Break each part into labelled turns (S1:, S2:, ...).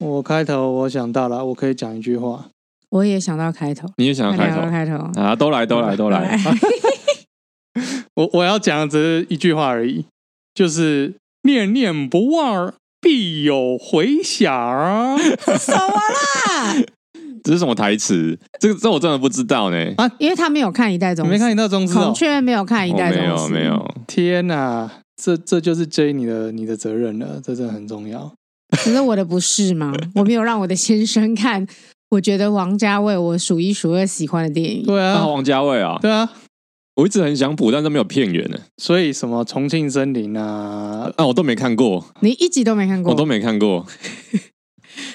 S1: 我开头我想到了，我可以讲一句话。
S2: 我也想到开头，
S3: 你也想要开
S2: 想到
S3: 头
S2: 开头，哎
S3: 啊？都来，
S2: 嗯
S3: 都来，都 来！啊
S1: 我我要讲的只是一句话而已，就是念念不忘，必有回响。
S2: 什么啦？
S3: 这是什么台词？这个这我真的不知道呢。
S2: 因为他没有看一代
S1: 你
S2: 宗师，
S1: 没看你到宗师
S2: 孔
S1: 哦？
S2: 雀没有看一
S3: 我
S2: 代宗
S3: 哦没
S2: 师，
S3: 有，没有。
S1: 天哪、这这就是追你的你的责任了，这真的很重要。
S2: 可是我的不是吗？我没有让我的先生看，我觉得王家卫我数一数二喜欢的电影。
S1: 对
S3: 啊，
S1: 啊，
S3: 王家卫啊，
S1: 对啊，
S3: 我一直很想补，但是没有片源呢。
S1: 所以什么重庆森林啊，
S3: 啊，我都没看过，
S2: 你一集都没看
S3: 我都
S2: 过，
S3: 没看过。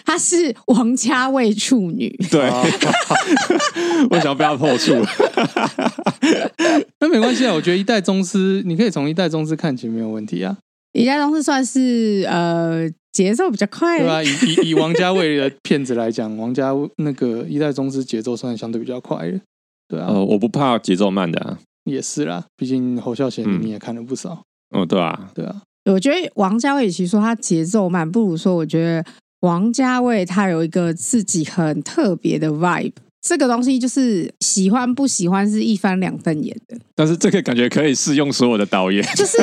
S2: 她是王家卫处女，
S3: 对，
S1: 啊
S3: 我想要被他破处。
S1: 那没关系啊。我觉得一代宗师，你可以从一代宗师看起没有问题啊，
S2: 李家东是算是呃节奏比较快
S1: 对吧、啊以以以王家卫的片子来讲，王家卫那个一代宗师节奏算相对比较快的，对啊，
S3: 呃，我不怕节奏慢的啊。
S1: 也是啦，毕竟侯孝贤
S3: 嗯
S1: 你也看了不少，
S3: 哦，对啊，
S1: 对啊，
S2: 我觉得王家卫与其说他节奏慢，不如说我觉得王家卫他有一个自己很特别的 vibe。这个东西就是喜欢不喜欢是一翻两瞪眼的，
S3: 但是这个感觉可以适用所有的导演。
S2: 就是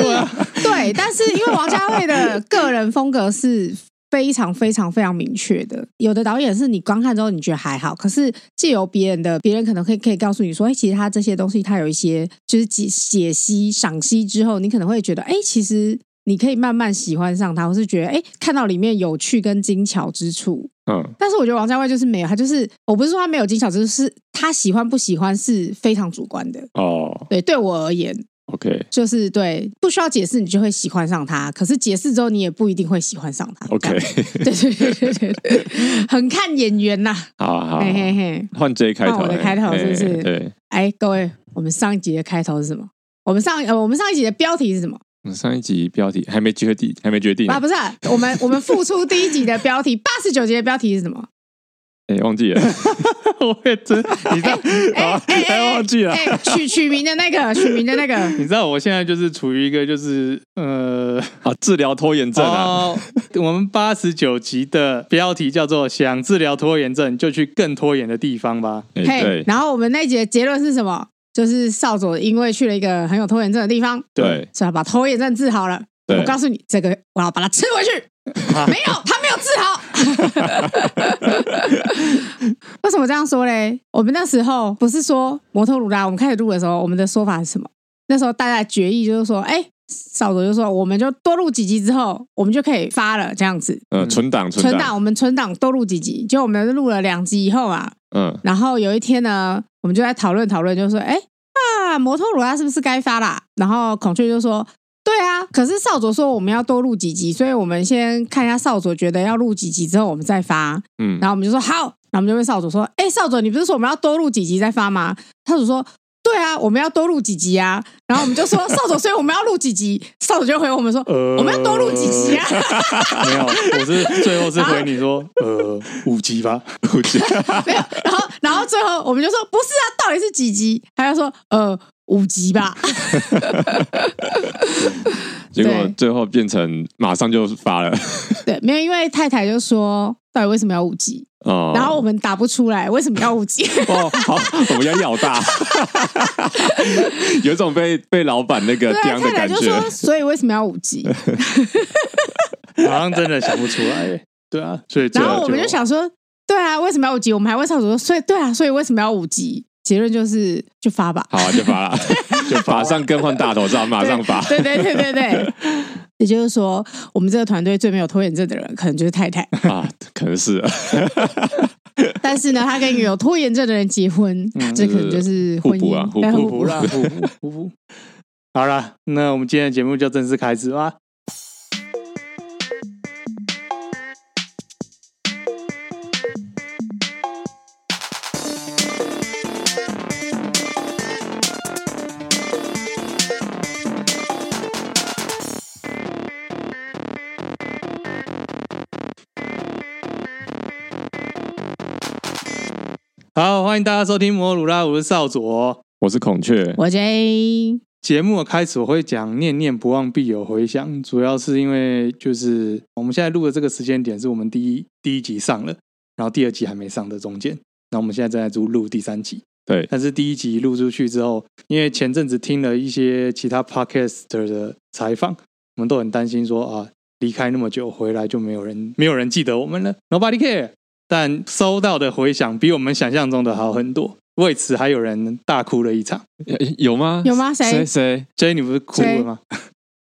S2: 对。但是因为王家卫的个人风格是非常非常非常明确的，有的导演是你观看之后你觉得哎还好，可是借由别人的，别人可能可以可以告诉你说，哎、其实他这些东西他有一些就是解解析、赏析之后，你可能会觉得，哎、其实你可以慢慢喜欢上他，或是觉得，哎、看到里面有趣跟精巧之处。
S3: 嗯，
S2: 但是我觉得王家卫就是没有，他就是我不是说他没有精巧之处，是他喜欢不喜欢是非常主观的。
S3: 哦
S2: 对，对我而言，
S3: ，OK，OK，
S2: 就是对，不需要解释你就会喜欢上他，可是解释之后你也不一定会喜欢上他。这样对对对对对对，很看演员呐、
S3: 好啊好
S1: 哦
S3: 啊
S2: 嘿。嘿嘿，
S3: 换 J 开头，
S2: 换我的开头
S3: 哎
S2: 是不是
S3: 哎对，
S2: 哎，各位，我们上一集的开头是什么？我们上呃，我们上一集的标题是什么？
S3: 我们上一集标题还没决定，还没决定呢
S2: 啊，，不是啊、我们我们付出第一集的标题，八十九集的标题是什么？
S3: 哎，忘 记了，
S1: 我也 真，你知道，
S2: 哎
S1: 啊
S2: 哎
S1: 还忘记了。
S2: 哎，取取名的那个，取名的那个，
S1: 你知道我现在就是处于一个就是呃，
S3: 啊，治疗拖延症啊，
S1: 哦，我们八十九集的标题叫做“想治疗拖延症，就去更拖延的地方吧
S3: 哎
S2: 嘿
S3: 对，
S2: 然后我们那一集的结论是什么？就是少佐因为去了一个很有拖延症的地方，
S3: 对
S2: 所以他把拖延症治好了。
S3: 对
S2: 我告诉你，这个我要把它吃回 去。没有，他没有治好。 为什么这样说嘞？我们那时候不是说摩托鲁拉，我们开始录的时候，我们的说法是什么？那时候大家决议就是说，哎、少佐就说，我们就多录几集之后，我们就可以发了，这样子
S3: 嗯，存档
S2: 存档，
S3: 档，
S2: 我们存档多录几集。就我们录了两集以后啊，
S3: 嗯，
S2: 然后有一天呢，我们就在讨论讨论，就说：“哎啊，摩托罗拉是不是该发啦？”然后孔雀就说：“对啊，可是少佐说我们要多录几集，所以我们先看一下少佐觉得要录几集之后，我们再发。”
S3: 嗯
S2: 然后我们就说：“好。”然后我们就问少佐说：“哎，少佐，你不是说我们要多录几集再发吗？”少佐说。对啊，我们要多录几集啊！然后我们就说少佐，所以我们要录几集。少佐就回我们说，
S1: 呃
S2: 我们要多录几集啊！”啊
S1: 没有，我 是最后是回你说，呃，五集吧，五集。
S2: 没有，然后然后最后我们就说不是啊，到底是几集？他就说呃五集吧。
S3: 结果
S2: 对
S3: 最后变成马上就 发了，
S2: 对，没有，因为太太就说到底为什么要五集？
S3: 哦，
S2: 然后我们答不出来为什么要五 集。
S3: 哦，好，我们要咬大， 有一种被被老板那个
S2: 对啊，
S3: 刁
S2: 太
S3: 的
S2: 太
S3: 感
S2: 就
S3: 觉啊
S2: 说，所以为什么要五集？
S1: 好像真的想不出来耶。对啊，所以最
S2: 然
S1: 后
S2: 后我们就想说，对啊，为什么要五集？我们还问少主说，所以对啊，所以为什么要五集？结论就是就发吧，
S3: 好啊，就 发了，就马上更换大头照，马上发，
S2: 对对对对对。也就是说，我们这个团队最没有拖延症的人，可能就是太太。
S3: 啊，可能是
S2: 但是呢，他跟一个有拖延症的人结婚， 这可能就是
S3: 嗯互
S2: 婚
S3: 补
S2: 姻
S3: 啊互
S2: 对
S3: 补
S1: 互补啦，互补互补。好啦，那我们今天的节目就正式开始吧。好，欢迎大家收听摩鲁拉，我是少佐。
S3: 我是孔雀，
S2: 我 J
S1: 节目的开始我会讲“念念不忘，必有回响”，主要是因为就是我们现在录的这个时间点是我们第一第一集上了，然后第二集还没上的中间，那我们现在正在录录第三集。
S3: 对
S1: 但是第一集录出去之后，因为前阵子听了一些其他 podcaster 的采访，我们都很担心说啊，离开那么久回来就没有人没有人记得我们了，Nobody care。但收到的回响比我们想象中的好很多，为此还有人大哭了一场。
S3: 有有吗？
S2: 有吗谁
S3: 谁谁？
S1: J，你不是哭了吗？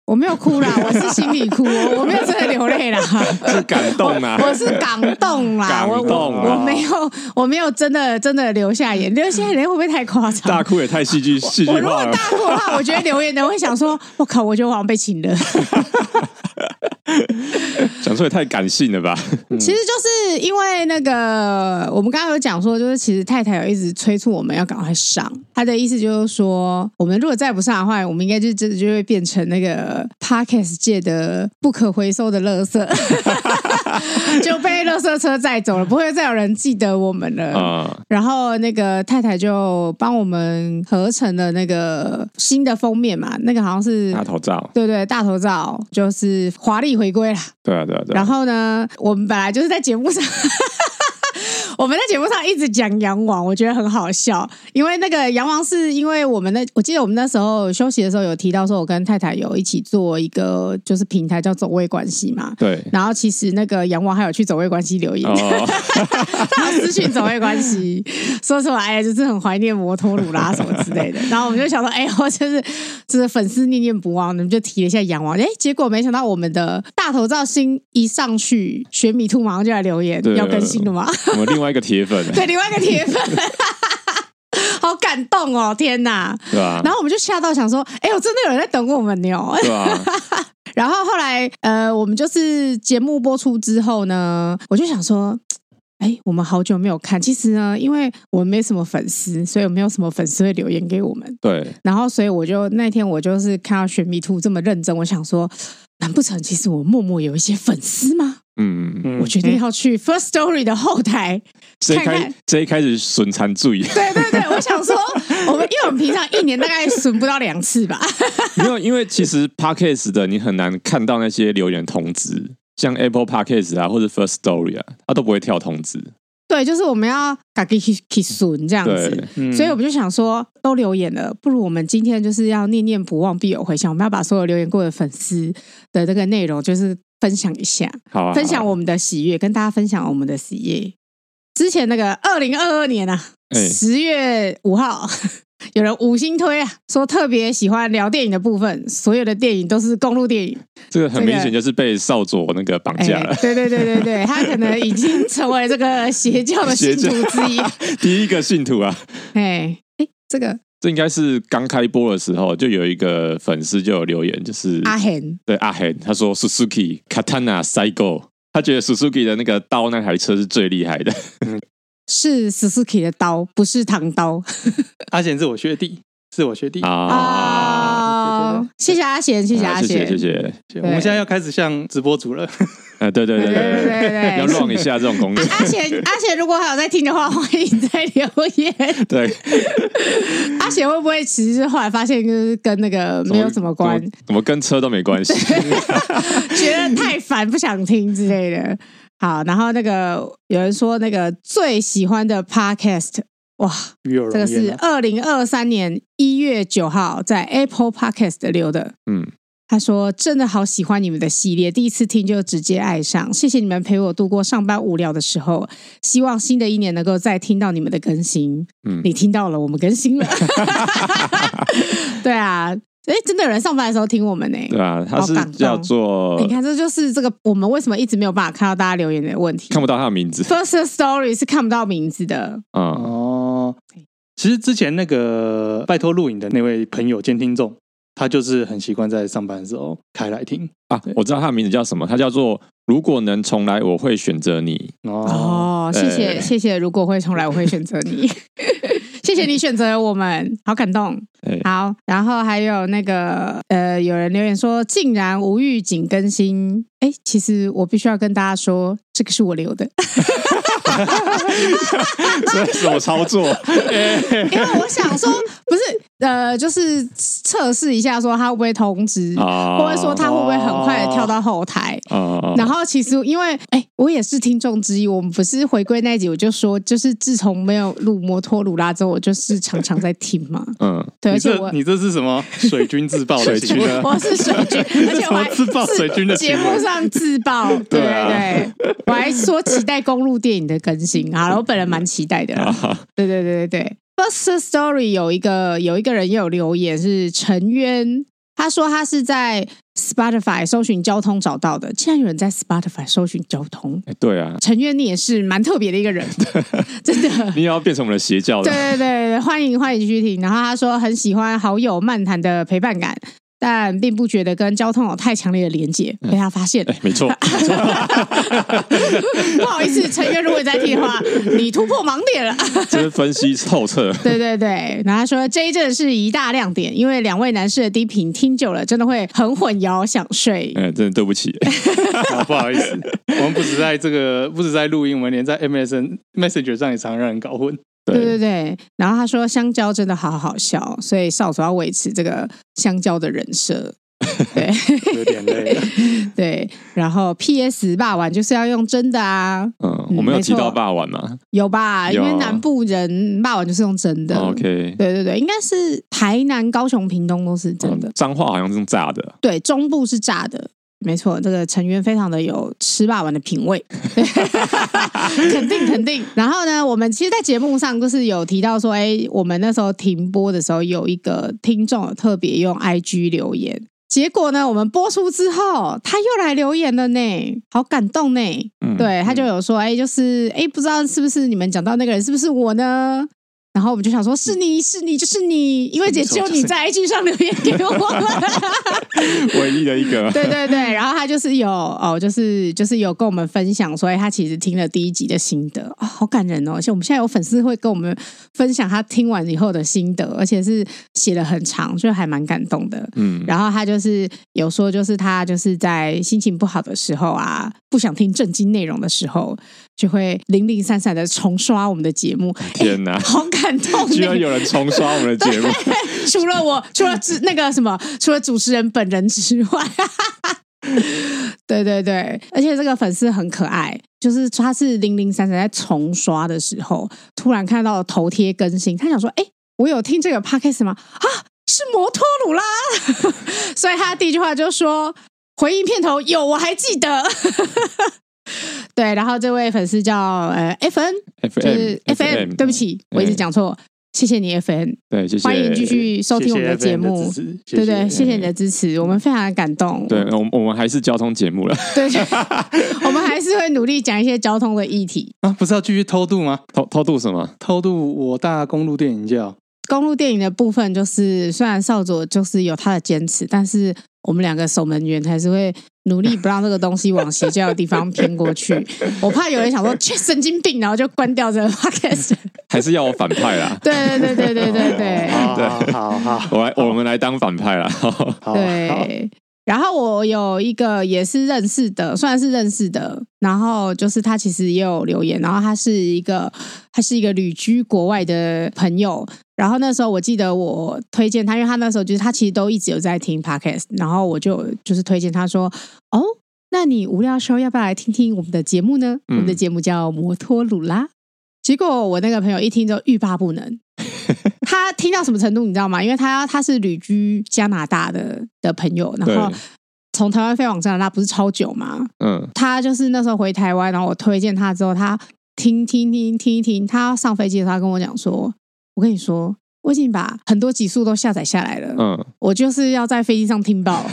S2: 我没有哭啦，我是心里哭，哦我我没有真的流泪啦，
S3: 是感动啊！
S2: 我是感动啦，
S3: 感动
S2: 我我
S3: 啊
S2: 我没有我没有真的真的流下眼，流下眼泪会不会太夸张？
S3: 大哭也太戏剧戏剧
S2: 我如果
S3: 化了。
S2: 大哭的话，我觉得留言的会想说：“我靠，我觉得我好像被请了。
S3: 讲出来太感性了吧？
S2: 其实就是因为那个，我们刚刚有讲说，就是其实太太有一直催促我们要赶快上，她的意思就是说，我们如果再不上的话，我们应该就真的就会变成那个 podcast 界的不可回收的垃圾， 就被垃圾车载走了，不会再有人记得我们了。
S3: 啊，
S2: 然后那个太太就帮我们合成了那个新的封面嘛，那个好像是
S3: 大头照，
S2: 对对，大头照就是华丽回归啦。
S3: 对啊对啊对啊。
S2: 然后呢，我们本来就是在节目上。 我们在节目上一直讲杨王，我觉得很好笑，因为那个杨王是因为我们那，我记得我们那时候休息的时候有提到说，我跟太太有一起做一个就是平台叫走位关系嘛，
S3: 对
S2: 然后其实那个杨王还有去走位关系留言，
S3: 哦，
S2: 他有私讯走位关系，说什么哎呀，就是很怀念摩托鲁拉什么之类的。然后我们就想说，哎，我就是就是粉丝念念不忘，我们就提了一下羊王。哎，结果没想到我们的大头照新一上去，学米兔马上就来留言
S3: 对
S2: 要更新了吗？
S3: 我们另外一个铁粉，
S2: 对，另外一个铁粉。好感动哦，天哪！
S3: 对吧？
S2: 然后我们就吓到，想说，哎呦，真的有人在等我们哦。
S3: 对啊吧？
S2: 然后后来，呃，我们就是节目播出之后呢，我就想说。哎，我们好久没有看。其实呢，因为我们没什么粉丝，所以没有什么粉丝会留言给我们。
S3: 对，
S2: 然后，所以我就那天我就是看到玄米兔这么认真，我想说，难不成其实我默默有一些粉丝吗？
S3: 嗯，
S1: 嗯
S2: 我决定要去 First Story 的后台
S3: 这一
S2: 看
S3: 开
S2: 看
S3: 这一开始损 残注意，
S2: 对对对，我想说，我们因为我们平常一年大概损不到两次吧。
S3: 没有，因为其实 podcast 的你很难看到那些留言通知，像 Apple podcast 啊，或者 First Story 啊，它都不会跳通知。
S2: 对，就是我们要嘎给 k 损这样子
S3: 对。
S1: 嗯
S2: 所以我们就想说，都留言了，不如我们今天就是要念念不忘，必有回响。我们要把所有留言过的粉丝的这个内容，就是分享一下，
S3: 好啊，
S2: 分享
S3: 好啊
S2: 我们的喜悦，跟大家分享我们的喜悦。之前那个二零二二年啊，
S3: 哎
S2: 十月五号， 有人五星推啊，说特别喜欢聊电影的部分，所有的电影都是公路 电影。
S3: 这个很明显就是被少佐那个绑
S2: 哎
S3: 架了，
S2: 对对对对对，他可能已经成为这个邪教的信徒
S3: 邪教
S2: 之一。
S3: 第一个信徒啊。
S2: 哎哎，这个
S3: 这应该是刚开播的时候，就有一个粉丝就有留言，就是
S2: 阿henn
S3: 对阿黑，他说 Suzuki Katana Cycle，他觉得 Suzuki 的那个刀那台车是最厉 害的。
S2: 是 Suzuki 的刀，不是唐刀
S1: 阿贤是我学弟，是我学弟。
S3: 啊！
S1: 对对
S2: 啊
S1: 对！
S2: 谢谢阿贤，谢谢阿
S3: 啊谢
S2: 贤，
S3: 谢谢，
S1: 我们现在要开始像直播主了，
S3: 啊，对对
S2: 对对
S3: 对
S2: 对对对，
S3: 要乱一下这种 功能，
S2: 阿贤，阿贤，如果还有在听的话，欢迎再留言。
S3: 对，
S2: 阿贤会不会其实是后来发现，就是跟那个没有什么关，
S3: 怎么，怎么跟车都没关 系。
S2: 觉得太烦，不想听之类的。好，然后那个有人说那个最喜欢的 podcast，哇，
S1: 与有
S2: 这个
S1: 荣
S2: 是
S1: 焉啊。
S2: 二零二三年一月九号在 Apple Podcast 留的。
S3: 嗯，
S2: 他说：“真的好喜欢你们的系列，第一次听就直接爱上，谢谢你们陪我度过上班无聊的时候。希望新的一年能够再听到你们的更新。
S3: 嗯
S2: 你听到了，我们更新 了。 对啊，哎，真的有人上班的时候听我们呢、
S3: 对啊，它
S2: 好
S3: 是
S2: 感动
S3: 叫做
S2: 你看，这就是这个我们为什么一直没有办法看到大家留言的问题。
S3: 看不到他的名字
S2: First Story 是看不到名字的，
S3: 啊，
S1: 哦，其实之前那个拜托录影的那位朋友兼听众，他就是很习惯在上班的时候开来听。
S3: 啊，我知道他的名字叫什么，他叫做如果能重来，我会选 择你。
S1: 哦，
S2: 哦，谢谢
S3: 对
S2: 谢谢，如果会重来，我会选择你。 谢谢你选择我们，好感动。
S3: 对
S2: 好，然后还有那个呃，有人留言说，竟然无预警更新。哎，其实我必须要跟大家说，这个是我留的，
S3: 这是什么操作？
S2: 因为我想说，不是呃，就是测试一下，说他会不会通知，
S3: 啊，
S2: 或者说他会不会很快的跳到后台。
S3: 啊啊，
S1: 哦
S2: 然后其实因为哎、我也是听众之一，我们不是回归那一集我就说，就是自从没有录摩托鲁拉之后，我就是常常在听嘛。
S3: 嗯，
S2: 对，而
S1: 你
S2: 且
S1: 这
S2: 我
S1: 你这是什 么水军自爆的
S3: 水
S1: 行
S3: 军
S1: 为？
S3: 啊
S2: 我是水 军，而且我还
S1: 什么自爆水军的行
S2: 节
S1: 为
S2: 目 上自爆，对
S3: 对啊
S2: 对对，我还说期待公路电影的更新，好了，我本人蛮期待的啦，
S3: 啊
S2: 对对对对对。First Story 有一个有一个人也有留言是陈渊，他说他是在 Spotify 搜寻交通找到的，竟然有人在 Spotify 搜寻交通，
S3: 哎对啊，
S2: 陈渊你也是蛮特别的一个人，真的。
S3: 你也要变成我们的邪教
S2: 呃对
S3: 了，
S2: 对对对，欢迎欢迎继续听。然后他说很喜欢好友漫谈的陪伴感，但并不觉得跟交通有太强烈的连接，被他发现了。
S3: 哎，没错，
S2: 不好意思，陈月，如果你在听的话，你突破盲点了。
S3: 这是分析透 彻，
S2: 对对对，然后他说这一阵是一大亮点，因为两位男士的低频听久了，真的会很混淆，想睡。
S3: 哎，真的对 不起，
S1: 啊不好意思，我们不止在这个，不止在录音，我们连在 MSN Messenger 上也常让人搞混。
S2: 对对对，然后他说香蕉真的好好笑，所以少主要维持这个香蕉的人设。对
S1: 有点累了。
S2: 对，然后 P.S. 霸王就是要用真的啊，
S3: 嗯，我们有
S2: 没
S3: 提
S2: 错
S3: 到霸王啊嘛
S2: 有吧？因为
S3: 有
S2: 南部人骂完就是用真的。
S3: 哦，OK，
S2: 对对对，应该是台南、高雄、屏东都是真的。
S3: 嗯脏话好像是用炸 的，
S2: 对，中部是炸的。没错，这个成员非常的有吃霸王的品味， 肯定肯定。然后呢，我们其实，在节目上就是有提到说，哎，我们那时候停播的时候，有一个听众有特别用 IG 留言，结果呢，我们播出之后，他又来留言了呢，好感动呢。
S3: 嗯，
S2: 对他就有说，哎、就是哎、不知道是不是你们讲到那个人是不是我呢？然后我们就想说，是你是你就是你，因为也只有你在 IG 上留言给我们。
S3: 唯一的一 个，
S2: 对对对，然后他就是有哦，就是就是有跟我们分享说，哎，他其实听了第一集的心得啊、好感人哦！而且我们现在有粉丝会跟我们分享他听完以后的心得，而且是写的很长，就还蛮感动的。
S3: 嗯，
S2: 然后他就是有说，就是他就是在心情不好的时候啊，不想听正经内容的时候，就会零零散散的重刷我们的节目。
S3: 天哪
S2: 诶好感动！欸
S3: 居然有人重刷我们的 节目，
S2: 除了我，除了主那个什么，除了主持人本人之外，对对对，而且这个粉丝很可爱，就是他是零零散散在重刷的时候，突然看到头贴更新，他想说：“哎、我有听这个 podcast 吗？啊，是摩托鲁拉。” 所以他第一句话就说：“回应片头有，我还记得。”对，然后这位粉丝叫呃 FN，就是
S3: FM
S2: FM，对不，起，我一直讲错，谢谢你 FN。
S3: 对，谢谢，
S2: 欢迎继。续收听我们的节目。
S1: 谢谢嗯 FM 的支持
S2: 对对，
S1: 谢
S2: 谢谢你的支持，我们非常的感动。
S3: 对，我们我们还是交通节目了，
S2: 对， 对我们还是会努力讲一些交通的议题。
S1: 啊，不是要继续偷渡吗？
S3: 偷偷渡什么？
S1: 偷渡我大公路电影教，
S2: 公路电影的部分，就是虽然少佐就是有他的坚持，但是我们两个守门员还是会努力不让这个东西往邪教的地方偏过 去。我怕有人想说，切神经病，然后就关掉这个 podcast。
S3: 还是要我反派 啦？
S2: 对对对对对对对。
S1: 好
S3: 对
S1: 哦好好好
S3: 我来，我们来当反派啦。
S1: 好，好
S2: 对。然后我有一个也是认识的，算是认识的。然后就是他其实也有留言，然后他是一个他是一个旅居国外的朋友。然后那时候我记得我推荐他，因为他那时候就是他其实都一直有在听 podcast，然后我就就是推荐他说：“哦，那你无聊的时候要不要来听听我们的节目呢？我们的
S3: 嗯
S2: 节目叫摩托鲁拉。”结果我那个朋友一听就欲罢不能，他听到什么程度你知道吗？因为他他是旅居加拿大的的朋友，然后
S3: 对
S2: 从台湾飞往加拿大不是超久吗？
S3: 嗯，
S2: 他就是那时候回台湾，然后我推荐他之后，他听听听听一听，他上飞机的时候他跟我讲说：“我跟你说，我已经把很多集数都下载下来了，
S3: 嗯，
S2: 我就是要在飞机上听爆。”啊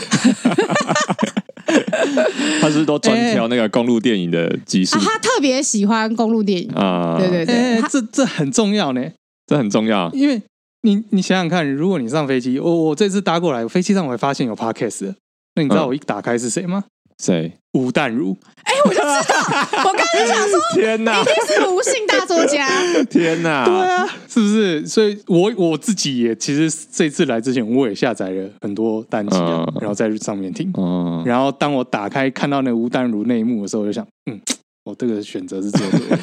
S3: 他是都专挑那个公路电影的集数
S2: 啊，他特别喜欢公路电影，
S3: 啊，
S2: 对对对，
S1: 哎、
S2: 他
S1: 这这很重要呢，
S3: 这很重要。
S1: 因为你你想想看，如果你上飞机，我我这次搭过来，飞机上我还发现有 podcast，了那你知道
S3: 嗯
S1: 我一打开是谁吗？
S3: 谁？
S1: 吴淡如，
S2: 我刚刚就想说，
S3: 天哪！
S2: 一定是无性大作家，
S3: 天哪！
S1: 对啊，是不是？所以我我自己也其实这次来之前，我也下载了很多单集啊，
S3: 嗯
S1: 然后在上面听。
S3: 哦，
S1: 然后当我打开看到那吴淡如那一幕的时候，我就想，嗯，我这个选择是做对的。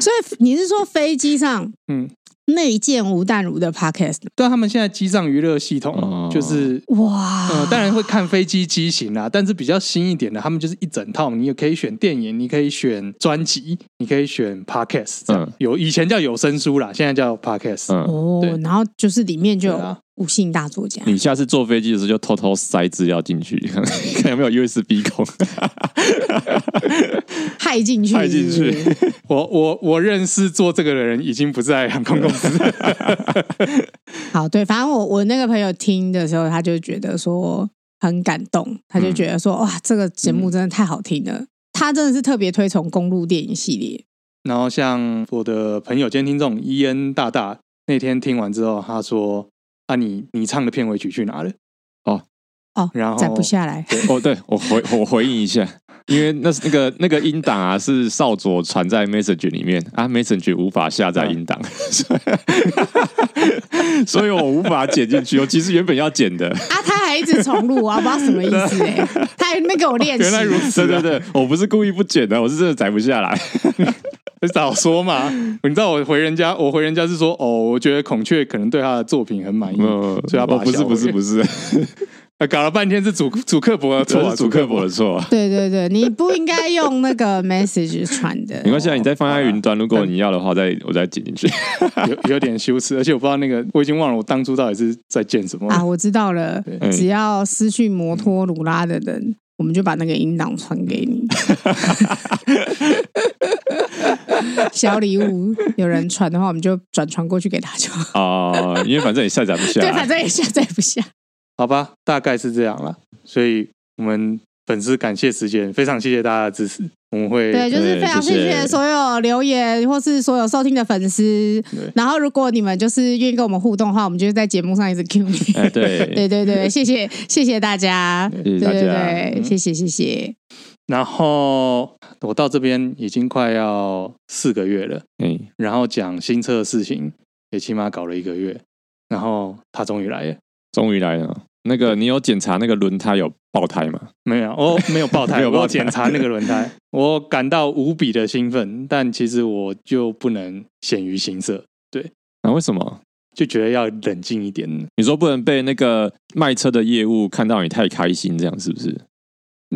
S2: 所以你是说飞机上，
S1: 嗯，
S2: 内建吴淡如的 podcast，
S1: 对啊他们现在机上娱乐系统、啊
S3: 哦
S1: 就是。
S2: 哇，
S3: 啊
S1: 呃，当然会看飞机机型啦，但是比较新一点的，他们就是一整套，你也可以选电影，你可以选专辑，你可以选 podcast，这样、
S3: 嗯
S1: 有以前叫有声书啦，现在叫 podcast，、
S3: 嗯，
S2: 哦
S1: 对，
S2: 然后就是里面就
S1: 对啊嗯
S2: 有五星大作家，
S3: 你下次坐飞机的时候就偷偷塞资料进去， 看看有没有 USB 孔。
S2: 害进去，
S3: 害进
S2: 是
S3: 去
S2: 不是
S1: 我我我认识做这个的人已经不在航空公司，
S2: 好，对，反正我我那个朋友听的时候，他就觉得说很感动，他就觉得
S1: 嗯
S2: 说、哇，这个节目真的太好听了。他真的是特别推崇公路电影系列，
S1: 然后像我的朋友兼听众伊恩大大那天听完之后，他说：“啊你，你唱的片尾曲去哪了
S2: 哦，
S1: 然后
S2: 载不下来，
S3: 哦，对我回我回应一下，因为那是那个那个音档啊，是少佐传在 Messenger 里面啊，Messenger 无法下载音档， 所以所以我无法剪进去。我其实原本要剪的，
S2: 啊，他还一直重录，我不知道什么意思 哎、他还在那边给我练习。
S1: 哦原来如此
S3: 对对对，我不是故意不剪的，我是真的载不下来。？”
S1: 早说嘛！你知道我回人家，我回人家是说：“哦，我觉得孔雀可能对他的作品很满意。
S3: 嗯，
S1: 所以要把
S3: 哦
S1: 它
S3: 不是
S1: 销毁
S3: 不是不是，
S1: 啊搞了半天是主主客博的错、啊，
S3: 错是主客博的错啊。
S2: 对对对，你不应该用那个 message 传的
S3: 没。关系啊，你再放在云端，如果你要的话，再我再剪进去。
S1: 有有点羞耻，而且我不知道那个，我已经忘了我当初到底是在见什么。
S2: 啊，我知道了
S1: 对，
S2: 只要失去摩托鲁拉的人，我们就把那个音档传给你。小礼物，有人传的话，我们就转传过去给他就好。
S3: 啊、因为反正也下载不下
S2: 对，反
S3: 来。
S2: 正也下载不下。
S1: 好吧，大概是这样啦。所以我们粉丝感谢时间，非常谢谢大家的支持，我们会
S2: 对，就是非常
S3: 谢
S2: 谢
S3: 谢
S2: 谢所有留言或是所有收听的粉丝
S1: 对。
S2: 然后，如果你们就是愿意跟我们互动的话，我们就是在节目上一直 Q 你。
S3: 哎，对，
S2: 对 对对，谢谢谢谢大家，
S3: 谢
S2: 对
S3: 谢大
S2: 对
S3: 家。嗯
S2: 对，谢谢谢谢。
S1: 然后我到这边已经快要四个月了，
S3: 哎，
S1: 然后讲新车的事情也起码搞了一个月，然后他终于来了。
S3: 终于来了。那个，你有检查那个轮胎有爆胎吗？
S1: 没有，我没有爆胎，
S3: 没有爆胎
S1: 我检查那个轮胎，我感到无比的兴奋，但其实我就不能显于形色，
S3: 啊，为什么？
S1: 就觉得要冷静一点。
S3: 你说不能被那个卖车的业务看到你太开心，这样是不是？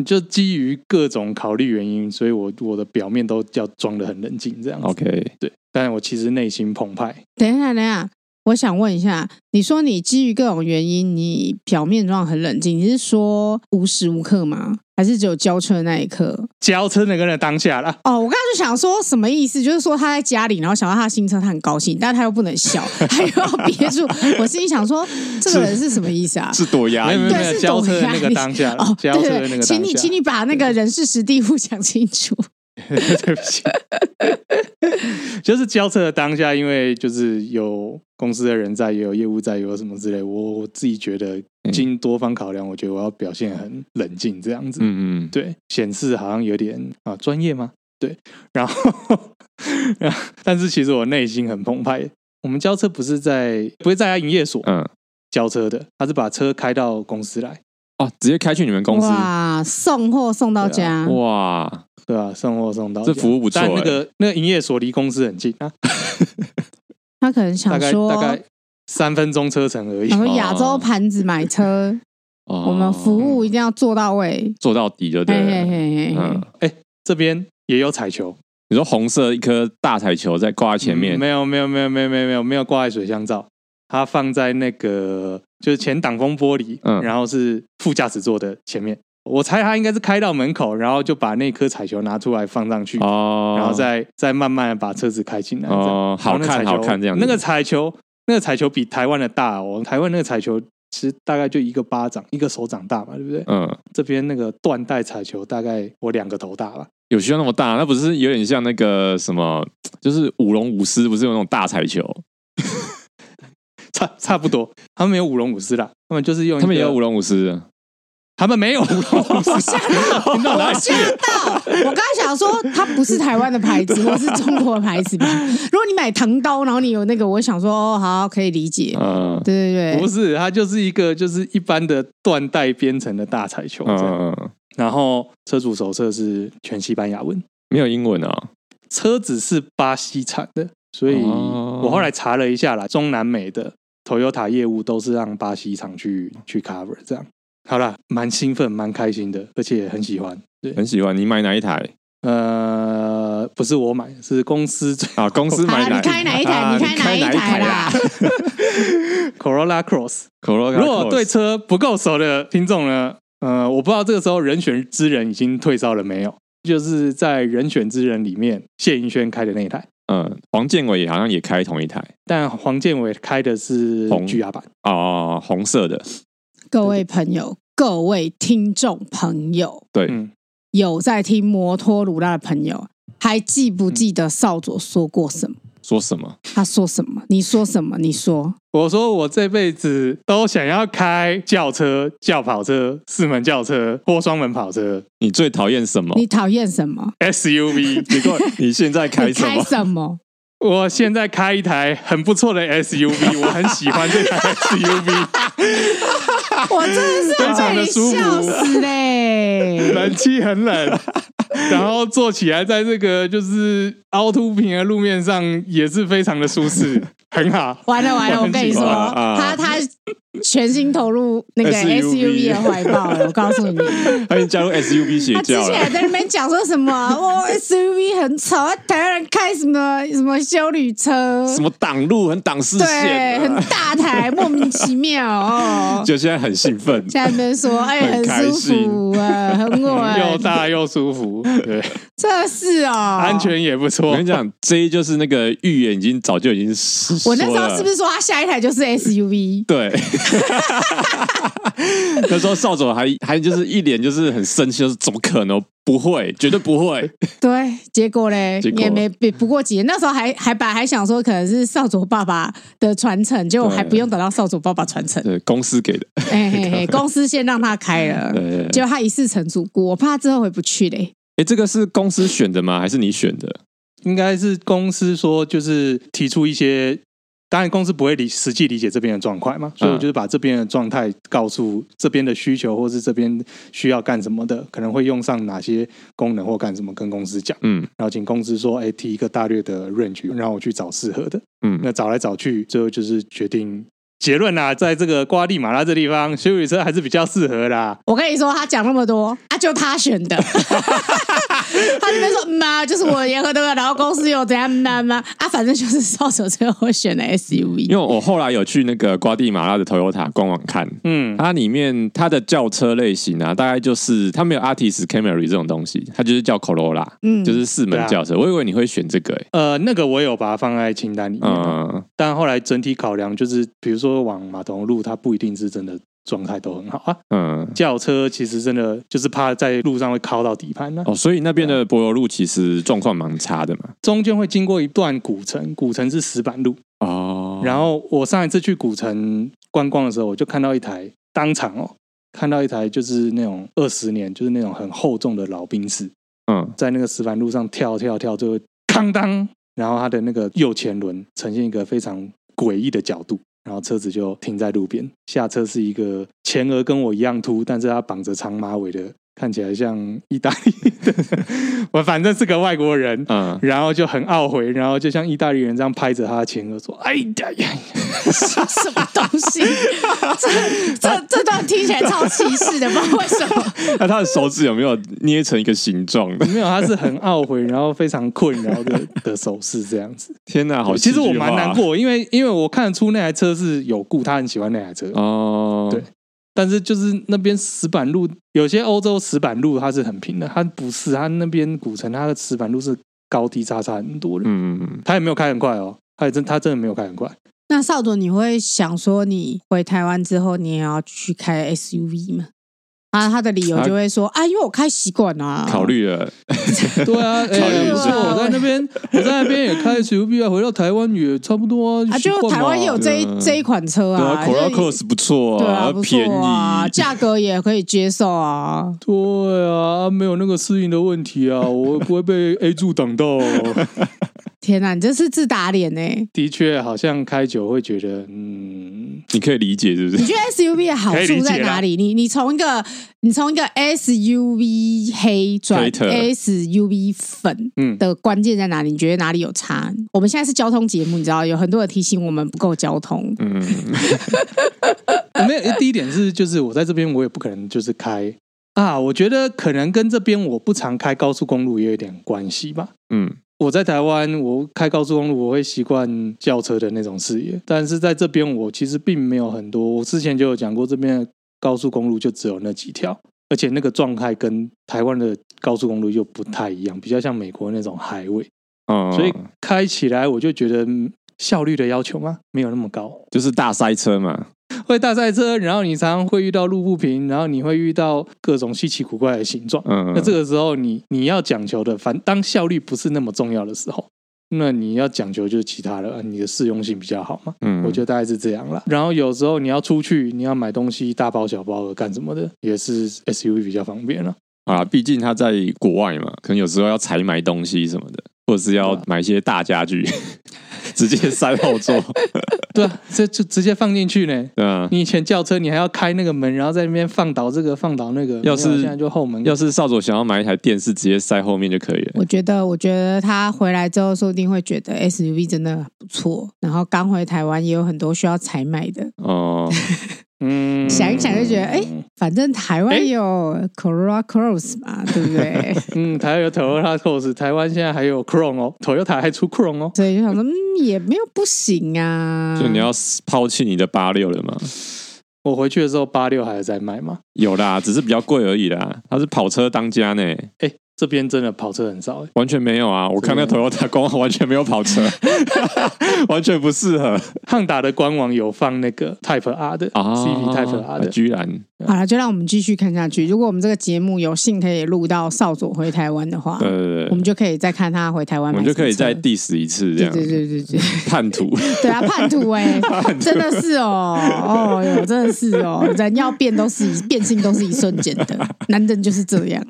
S1: 就基于各种考虑原因，所以我我的表面都要装的很冷静这样子。
S3: OK，
S1: 对，但我其实内心澎湃。
S2: 等一下，等一下，我想问一下，你说你基于各种原因，你表面装得很冷静，你是说无时无刻吗？还是只有交车的那一刻？
S1: 交车那个人的当下 啦，
S2: 哦，我刚刚就想说什么意思？就是说他在家里，然后想到他的新车，他很高兴，但他又不能笑，他又要憋住。我心里想说，这个人是什么意思啊？
S3: 是多压
S1: 没有没有
S2: 对
S1: 没有
S2: 是
S1: 交
S2: 懂
S1: 车的
S2: 压
S1: 那个
S2: 力
S1: 当下啦
S2: 哦，，
S1: 交
S2: 对
S1: 车的那
S2: 对对，
S1: 个
S2: 请
S1: 当
S2: 你，
S1: 下
S2: 请。你把那个人事实地物讲 清楚。
S1: 对不起， 就是交车的当下，因为就是有公司的人在，也有业务在，也有什么之类，我我自己觉得经多方考量，我觉得我要表现很冷静这样子，
S3: 嗯嗯，
S1: 对，显示好像有点啊专业吗？对，然后，然后但是其实我内心很澎湃。我们交车不是在不是在他营业所
S3: 嗯，
S1: 交车的，他是把车开到公司来，
S3: 哦，直接开去你们公司，啊
S2: 哇，送货送到
S1: 对啊
S2: 家，
S3: 哇，
S1: 对吧、送货送到家，
S3: 这服务不错
S1: 但那
S3: 欸
S1: 个那个营业所离公司很近啊，
S2: 他可能想
S1: 大概
S2: 说，
S1: 大概哦三分钟车程而已
S2: 想。说亚洲盘子买车，
S3: 哦
S2: 我们服务一定要做到位。
S3: 做到底就哦对
S2: 嘿嘿
S3: 了。
S2: 嘿嘿
S3: 嗯
S2: 嘿，，
S1: 这边也有彩球，
S3: 你说红色一颗大彩球在挂在前面
S1: 嗯，没有没有没有没有没有没有没有挂在水箱罩，它放在那个就是前挡风玻璃，
S3: 嗯
S1: 然后是副驾驶座的前面。我猜他应该是开到门口，然后就把那颗彩球拿出来放上去，
S3: 哦，
S1: 嗯然后再再慢慢的把车子开进来。这样
S3: 哦，好
S1: 然后那个彩
S3: 看
S1: 球
S3: 好看这样子，
S1: 那个彩球，那个彩球比台湾的大哦，台湾那个彩球其实大概就一个巴掌，一个手掌大嘛，对不对？
S3: 嗯，
S1: 这边那个缎带彩球大概我两个头大吧。
S3: 有需要那么大？那不是有点像那个什么，就是舞龙舞狮，不是有那种大彩球？
S1: 差差不多，他们没有舞龙舞狮啦，他们就是用一个
S3: 他们也有舞，龙舞 狮，
S1: 他们没有舞龙舞狮，
S2: 我吓到，
S1: 听到哪
S2: 我
S1: 里
S2: 吓到！我刚刚想说，它不是台湾的牌 子，我是中国的牌子吧？如果你买唐刀，然后你有那个，我想说，哦，好，可以理解。
S3: 嗯
S2: 对对
S1: 不
S2: 对，
S1: 是，它就是一个就是一般的缎带编成的大彩球这样。
S3: 嗯嗯，
S1: 然后车主手册是全西班牙文，
S3: 没有英文啊，
S1: 车子是巴西产的，所以我后来查了一下啦，中南美的 Toyota 业务都是让巴西厂去去 cover 这样。好啦，蛮兴奋，蛮开心的，而且很喜欢。对，
S3: 很喜欢。你买哪一台
S1: 呃，不是我买，是公司最
S3: 啊？公司
S2: 好
S3: 买
S2: 啦，
S3: 哪？
S2: 你开哪一台？
S3: 啊
S2: 你开哪
S3: 哪
S2: 一台啦
S3: 啦？
S1: Corolla Cross。
S3: ？Corolla
S1: 如果
S3: Cross
S1: 对车不够熟的听众呢，呃，我不知道这个时候人选之人已经退烧了没有，就是在人选之人里面，谢盈萱开的那一台，
S3: 嗯，黄建伟好像也开同一台
S1: 但黄建伟开的是
S3: 红
S1: GR 版。
S3: 哦，红色的，
S2: 各位朋友，各位听众朋友，
S3: 对，
S1: 嗯，
S2: 有在听摩托鲁拉的朋友，还记不记得少佐说过什么？
S3: 说什么？
S2: 他说什么？你说什么？你说。
S1: 我说我这辈子都想要开轿车、轿跑车、四门轿车或双门跑车
S3: 你最讨厌什么？
S2: 你讨厌什么？
S1: SUV。
S3: 你 过，你现在开
S2: 你
S3: 什
S2: 开
S3: 么？
S2: 什么？
S1: 我现在开一台很不错的 SUV，我很喜欢这台 SUV，
S2: 我真的是
S1: 非常
S2: 被
S1: 地
S2: 你
S1: 舒服
S2: 笑死欸嘞！
S1: 冷气很冷，然后坐起来在这个就是凹凸平的路面上也是非常的舒适，很好。
S2: 完了完了，我跟你说，
S3: 我很喜欢
S2: 他
S3: 啊
S2: 他全心投入那个
S3: SUV
S2: SUV 的怀抱了。我告诉你，
S3: 他已经加入 SUV 邪
S2: 他之
S3: 教
S2: 前还
S3: 了。
S2: 在那边讲说什么，哦，SUV 很丑，啊台湾人开什么什么修旅车，
S3: 什么挡路很挡视
S2: 对，
S3: 线，啊
S2: 很大台，莫名其妙哦。
S3: 就现在很兴奋。
S2: 现在那边说，哎、
S3: 很开
S2: 很舒服啊，很
S1: 又
S2: 稳，
S1: 大又舒服，对，
S2: 这是哦，
S1: 安。全也不
S3: 我
S1: 错
S3: 跟你。讲，这一就是那个预言已经早就已经实
S2: 我那时
S3: 说
S2: 候
S3: 了
S2: 是不是说他下一台就是 SUV？
S3: 对， 那时候少佐还还就是一脸就是很生气，就是怎么可能不会，绝对不会。
S2: 对，结果嘞
S3: 结果
S2: 也没比不过几年，那时候还还把还想说可能是少佐爸爸的传承，结果
S3: 对
S2: 还不用等到少佐爸爸传承，
S3: 对，公司给的，
S2: 哎 嘿嘿，公司先让他开了
S3: 对对，对
S2: 结果他一世成主顾，我怕他之后回不去嘞。
S3: 哎，这个是公司选的吗？还是你选的？
S1: 应该是公司说，就是提出一些，当然公司不会理实际理解这边的状况
S3: 嗯
S1: 嘛，所以我就是把这边的状态告诉这边的需求，或是这边需要干什么的，可能会用上哪些功能或干什么，跟公司讲，
S3: 嗯
S1: 然后请公司说，哎，提一个大略的 range，让我去找适合的。
S3: 嗯，
S1: 那找来找去，最后就是决定结论啦、在这个瓜地马拉这地方，修理车还是比较适合啦。
S2: 我跟你说，他讲那么多，啊，就他选 的。他这边说，嗯啊，就是我联合的，然后公司又怎样，嗯啊，嗯啊，啊反正就是少佐最后选了 SUV，
S3: 因为我后来有去那个瓜地马拉的 Toyota 官网看，
S1: 嗯，
S3: 它里面它的轿车类型啊，大概就是它没有 Artis Camry 这种东西，它就是叫 Corolla，
S2: 嗯
S3: 就是四门轿车。我以为你会选这个、欸，
S1: 呃，那个我有把它放在清单里面啊、
S3: 嗯，
S1: 但后来整体考量就是，比如说往马同路，它不一定是真的状态都很好啊。
S3: 嗯，
S1: 轿车其实真的就是怕在路上会敲到底盘呢、啊
S3: 哦，所以那边的柏油路其实状况蛮差的嘛。
S1: 中间会经过一段古城，古城是石板路。
S3: 哦
S1: 然后我上一次去古城观光的时候，我就看到一台当场哦，看到一台就是那种二十年，就是那种很厚重的老兵士，
S3: 嗯，
S1: 在那个石板路上跳跳跳，就哐当，然后它的那个右前轮呈现一个非常诡异的角度，然后车子就停在路边。下车是一个前额跟我一样秃，但是他绑着长马尾的，看起来像意大利的， 我反正是个外国人。
S3: 嗯，
S1: 然后就很懊悔，然后就像意大利人这样拍着他的前额说：“哎呀呀
S2: 什么东西？这这这段听起来超歧视的，不知道为什么。
S3: 那他的手指有没有捏成一个形状 的？
S1: 没有，他是很懊悔， 然后非常困扰的的手势这样子。
S3: 天哪，好
S1: 其
S3: 戏剧
S1: 实
S3: 化啊，
S1: 我蛮难过，因为因为我看得出那台车是有故，他很喜欢那台车，
S3: 哦。
S1: 对但是就是那边石板路，有些欧洲石板路它是很平的，它不是，它那边古城它的石板路是高低差差很多的，
S3: 嗯，嗯，嗯
S1: 它也没有开很快哦，它也真它真的没有开 很快，
S2: 那少佐，你会想说，你回台湾之后，你也要去开 SUV 吗？啊，他的理由就会说啊，因为我开习惯啊，
S3: 考虑了，
S1: 对啊，哎、
S3: 考虑一
S1: 不
S3: 下
S1: 错，我在那边我在那边也开 SUV 啊，回到台湾也差不多啊，
S2: 啊，
S1: 习
S2: 就
S1: 惯
S2: 台湾也有
S1: 嘛
S2: 这一
S3: 嗯
S2: 这一款车
S3: 对啊
S2: 啊，
S3: ，Corolla
S2: 就是
S3: Cross 不错
S2: 对啊，不
S3: 便
S2: 错啊，
S3: 宜，
S2: 价格也可以接受啊。
S1: 对啊，没有那个适应的问题啊，我不会被 A 柱挡到、哦。
S2: 天哪，你这是自打脸呢、欸
S1: 的确，好像开久会觉得，嗯，
S3: 你可以理解 是不
S2: 你
S3: 是？
S2: 觉得 SUV 的好
S1: 可以理
S2: 处
S1: 解
S2: 在
S1: 啦
S2: 哪里？你你从一个你从一个 SUV 黑转
S3: Hater
S2: SUV 粉
S1: 嗯
S2: 的关键在哪里？你觉得哪里有差？我们现在是交通节目，你知道有很多人提醒我们不够交通，
S3: 嗯，
S1: 没有，第一点是就是我在这边我也不可能就是开啊，我觉得可能跟这边我不常开高速公路也有点关系吧。
S3: 嗯，
S1: 我在台湾，我开高速公路我会习惯轿车的那种视野，但是在这边我其实并没有很多。我之前就有讲过，这边的高速公路就只有那几条，而且那个状态跟台湾的高速公路又不太一样，比较像美国那种海位，
S3: 哦，
S1: 所以开起来我就觉得嗯效率的要求吗？没有那么高。
S3: 就是大塞车嘛，
S1: 会大赛车，然后你常常会遇到路不平，然后你会遇到各种稀奇古怪的形状。
S3: 嗯，
S1: 那这个时候你，你要讲求的，反当效率不是那么重要的时候，那你要讲求就是其他的，啊你的适用性比较好嘛。
S3: 嗯，
S1: 我觉得大概是这样啦。然后有时候你要出去，你要买东西，大包小包的干什么的，也是 SUV 比较方便了。
S3: 啊，毕竟他在国外嘛，可能有时候要采买东西什么的，或者是要
S1: 对啊
S3: 买一些大家具， 直接塞后 座，
S1: 对啊， 这就直接放进去呢。
S3: 对啊。
S1: 你以前轿车，你还要开那个门，然后在那边放倒这个，放倒那个。
S3: 要是
S1: 没有现在就后门，
S3: 要是少佐想要买一台电视，直接塞后面就可以了。
S2: 我觉得，我觉得他回来之后，说不定会觉得 SUV 真的不错。然后刚回台湾，也有很多需要采买的，
S3: 哦，
S1: 嗯
S2: 想一想就觉得哎反正台
S1: 哎
S2: 湾也有 Corolla Cross 嘛，对不对？
S1: 嗯，台湾有 Toyota Cross，台湾现在还有 Crown 哦，Toyota 还出 Crown 哦。
S2: 所以就想说，嗯，也没有不行啊。
S3: 就你要抛弃你的八六了吗？
S1: 我回去的时候八六还有在卖嘛？
S3: 有啦，只是比较贵而已啦。它是跑车当家呢，
S1: 哎、这边真的跑车很少、哎
S3: 完全没有啊！我看那 Toyota 光完全没有跑车， 完全不适合
S1: Honda 的官网有放那个 Type R 的、
S3: 啊
S1: CV Type R 的，
S3: 居然
S2: 好了，就让我们继续看下去。如果我们这个节目有幸可以录到少佐回台湾的话，
S3: 对对
S2: 我
S3: 对，
S2: 们就可以再看他回台湾
S3: 我
S2: 买什
S3: 们
S2: 么
S3: 就
S2: 车，
S3: 可以再 diss 一次这
S2: 对
S3: 样
S2: 对对对对，
S3: 叛徒。
S2: 对啊，叛徒哎、真的是哦，哦哟，真的是哦，人要变都是一变性都是一瞬间的，男人就是这样，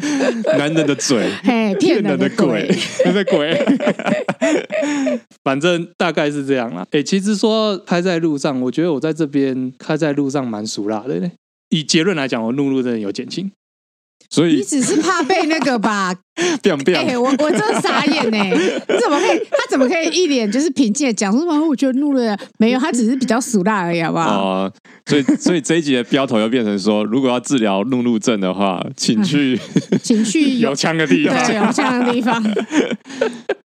S3: 男人的 嘴，
S2: 嘿，骗人
S3: 人
S2: 的
S3: 的
S2: 鬼
S3: 鬼，， 人的鬼。
S1: 反正大概是这样啦。哎、其实说开在路上，我觉得我在这边开在路上蛮俗辣的、哎以结论来讲，我怒路真的有减轻。
S3: 所
S2: 你
S3: 以
S2: 只是怕被那个吧？
S3: 变
S2: 哎、
S3: 变
S2: 我我真的傻眼哎、你怎么可以？他怎么可以一脸就是平静的讲说什么？我觉得怒了没有，他只是比较俗辣而已，好不好？
S3: 哦，所以所以这一集的标头又变成说，如果要治疗怒怒症的话，请 去
S2: 情绪有
S1: 有枪的 地方，
S2: 对有这样的地方，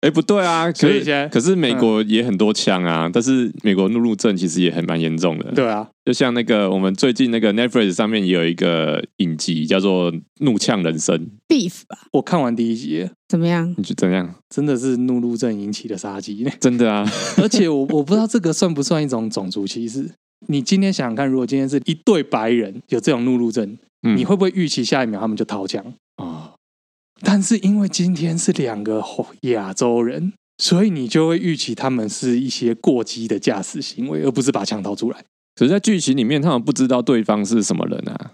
S3: 哎，不对啊，可
S1: 所以
S3: 是
S1: 现在
S3: 可是美国也很多枪啊，但是美国怒路症其实也很蛮严重的。，
S1: 对啊，
S3: 就像那个我们最近那个 Netflix 上面也有一个影集叫做《怒呛人生》，
S2: beef 吧？
S1: 我看完第一集，
S2: 怎么样？
S3: 你觉得怎样？
S1: 真的是怒路症引起的杀机、
S3: 真的啊，
S1: 而且我我不知道这个算不算一种种族歧视。你今天想想看，如果今天是一对白人有这种怒路症，
S3: 嗯
S1: 你会不会预期下一秒他们就掏枪？
S3: 哦，
S1: 但是因为今天是两个亚洲人，所以你就会预期他们是一些过激的驾驶行为，而不是把枪掏出来。
S3: 可是，在剧情里面，他们不知道对方是什么人 啊。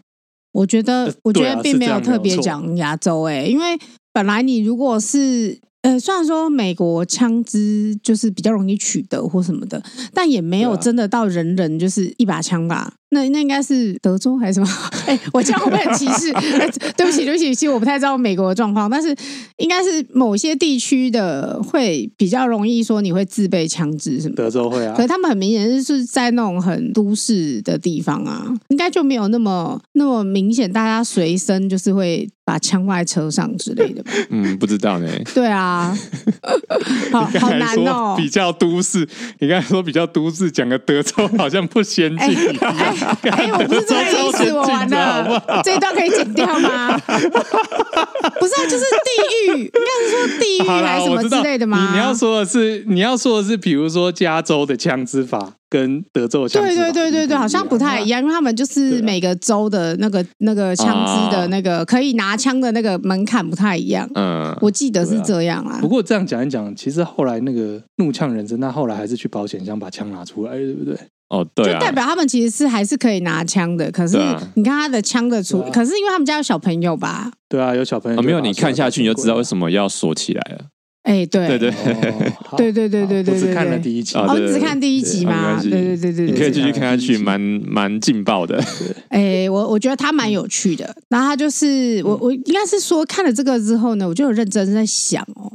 S2: 我觉得
S1: 呃，
S2: 我觉
S1: 对
S2: 得
S1: 啊
S2: 并
S1: 是
S2: 没
S1: 这
S2: 有
S1: 样
S2: 特别
S1: 没有错
S2: 讲亚洲哎、因为本来你如果是呃，虽然说美国枪支就是比较容易取得或什么的，但也没有
S1: 对啊
S2: 真的到人人就是一把枪吧。那那应该是德州还是什么？ 哎、我这样会不会很歧 视、呃对不起，对不起，其实我不太知道美国的状况，但是应该是某些地区的会比较容易说你会自备枪支什么的
S1: 德州会啊
S2: 可，是他们很明显是在那种很都市的地方啊，应该就没有那么那么明显，大家随身就是会把枪放在车上之 类的吧。
S3: 嗯，不知道呢。
S2: 对啊，好好难哦。
S1: 较都市，你刚才说比较都市，讲个德州好像不先
S2: 哎哎哎，我不是这个意思，我完了，这一段可以剪掉 吗？不是啊，就是地狱，应该是说地狱
S1: 好
S2: 还
S1: 啦，
S2: 是什
S1: 我
S2: 么
S1: 知
S2: 之
S1: 道
S2: 类的吗？
S1: 你你要说的是，你要说的是，比如说加州的枪支法跟德州的枪
S2: 对
S1: 支法
S2: 对对对
S3: 嗯
S2: 对，好像不太一样，因为他们
S3: 啊
S2: 就是每个州的那个那个枪支的那个可以拿枪的那个门槛不太一样，
S3: 嗯，
S2: 我记得是这样啦
S3: 啊
S1: 不。过这样讲一讲，其实后来那个怒呛人生，他后来还是去保险箱把枪拿出来，对不对？
S3: 哦，
S2: 就
S3: 对啊，
S2: 代表他们其实是还是可以拿枪的，可是
S3: 对啊
S2: 你看他的枪的处
S1: 对，啊
S2: 可是因为他们家有小朋友吧，
S3: 哦
S1: 对啊，有小朋友、
S3: 啊，没有，你看下去你就知道为
S1: 么。
S3: 什么要锁起来了。
S2: 哎，对
S3: 对对，
S1: 哦好
S2: 对对对对对
S1: 我只
S2: 对
S1: 看了
S2: 对
S1: 第一集
S3: 啊
S2: 哦，
S3: 对
S2: 你只看第一集
S3: 对啊
S2: 嘛？
S3: 没关系
S2: 对对对对
S3: 你
S2: 对，
S3: 可以
S2: 对
S3: 继续看下去，蛮蛮劲爆的。
S2: 哎，我我觉得他蛮有趣的。然后他就是
S3: 嗯
S2: 我我应该是说看了这个之后呢，我就有认真在想哦，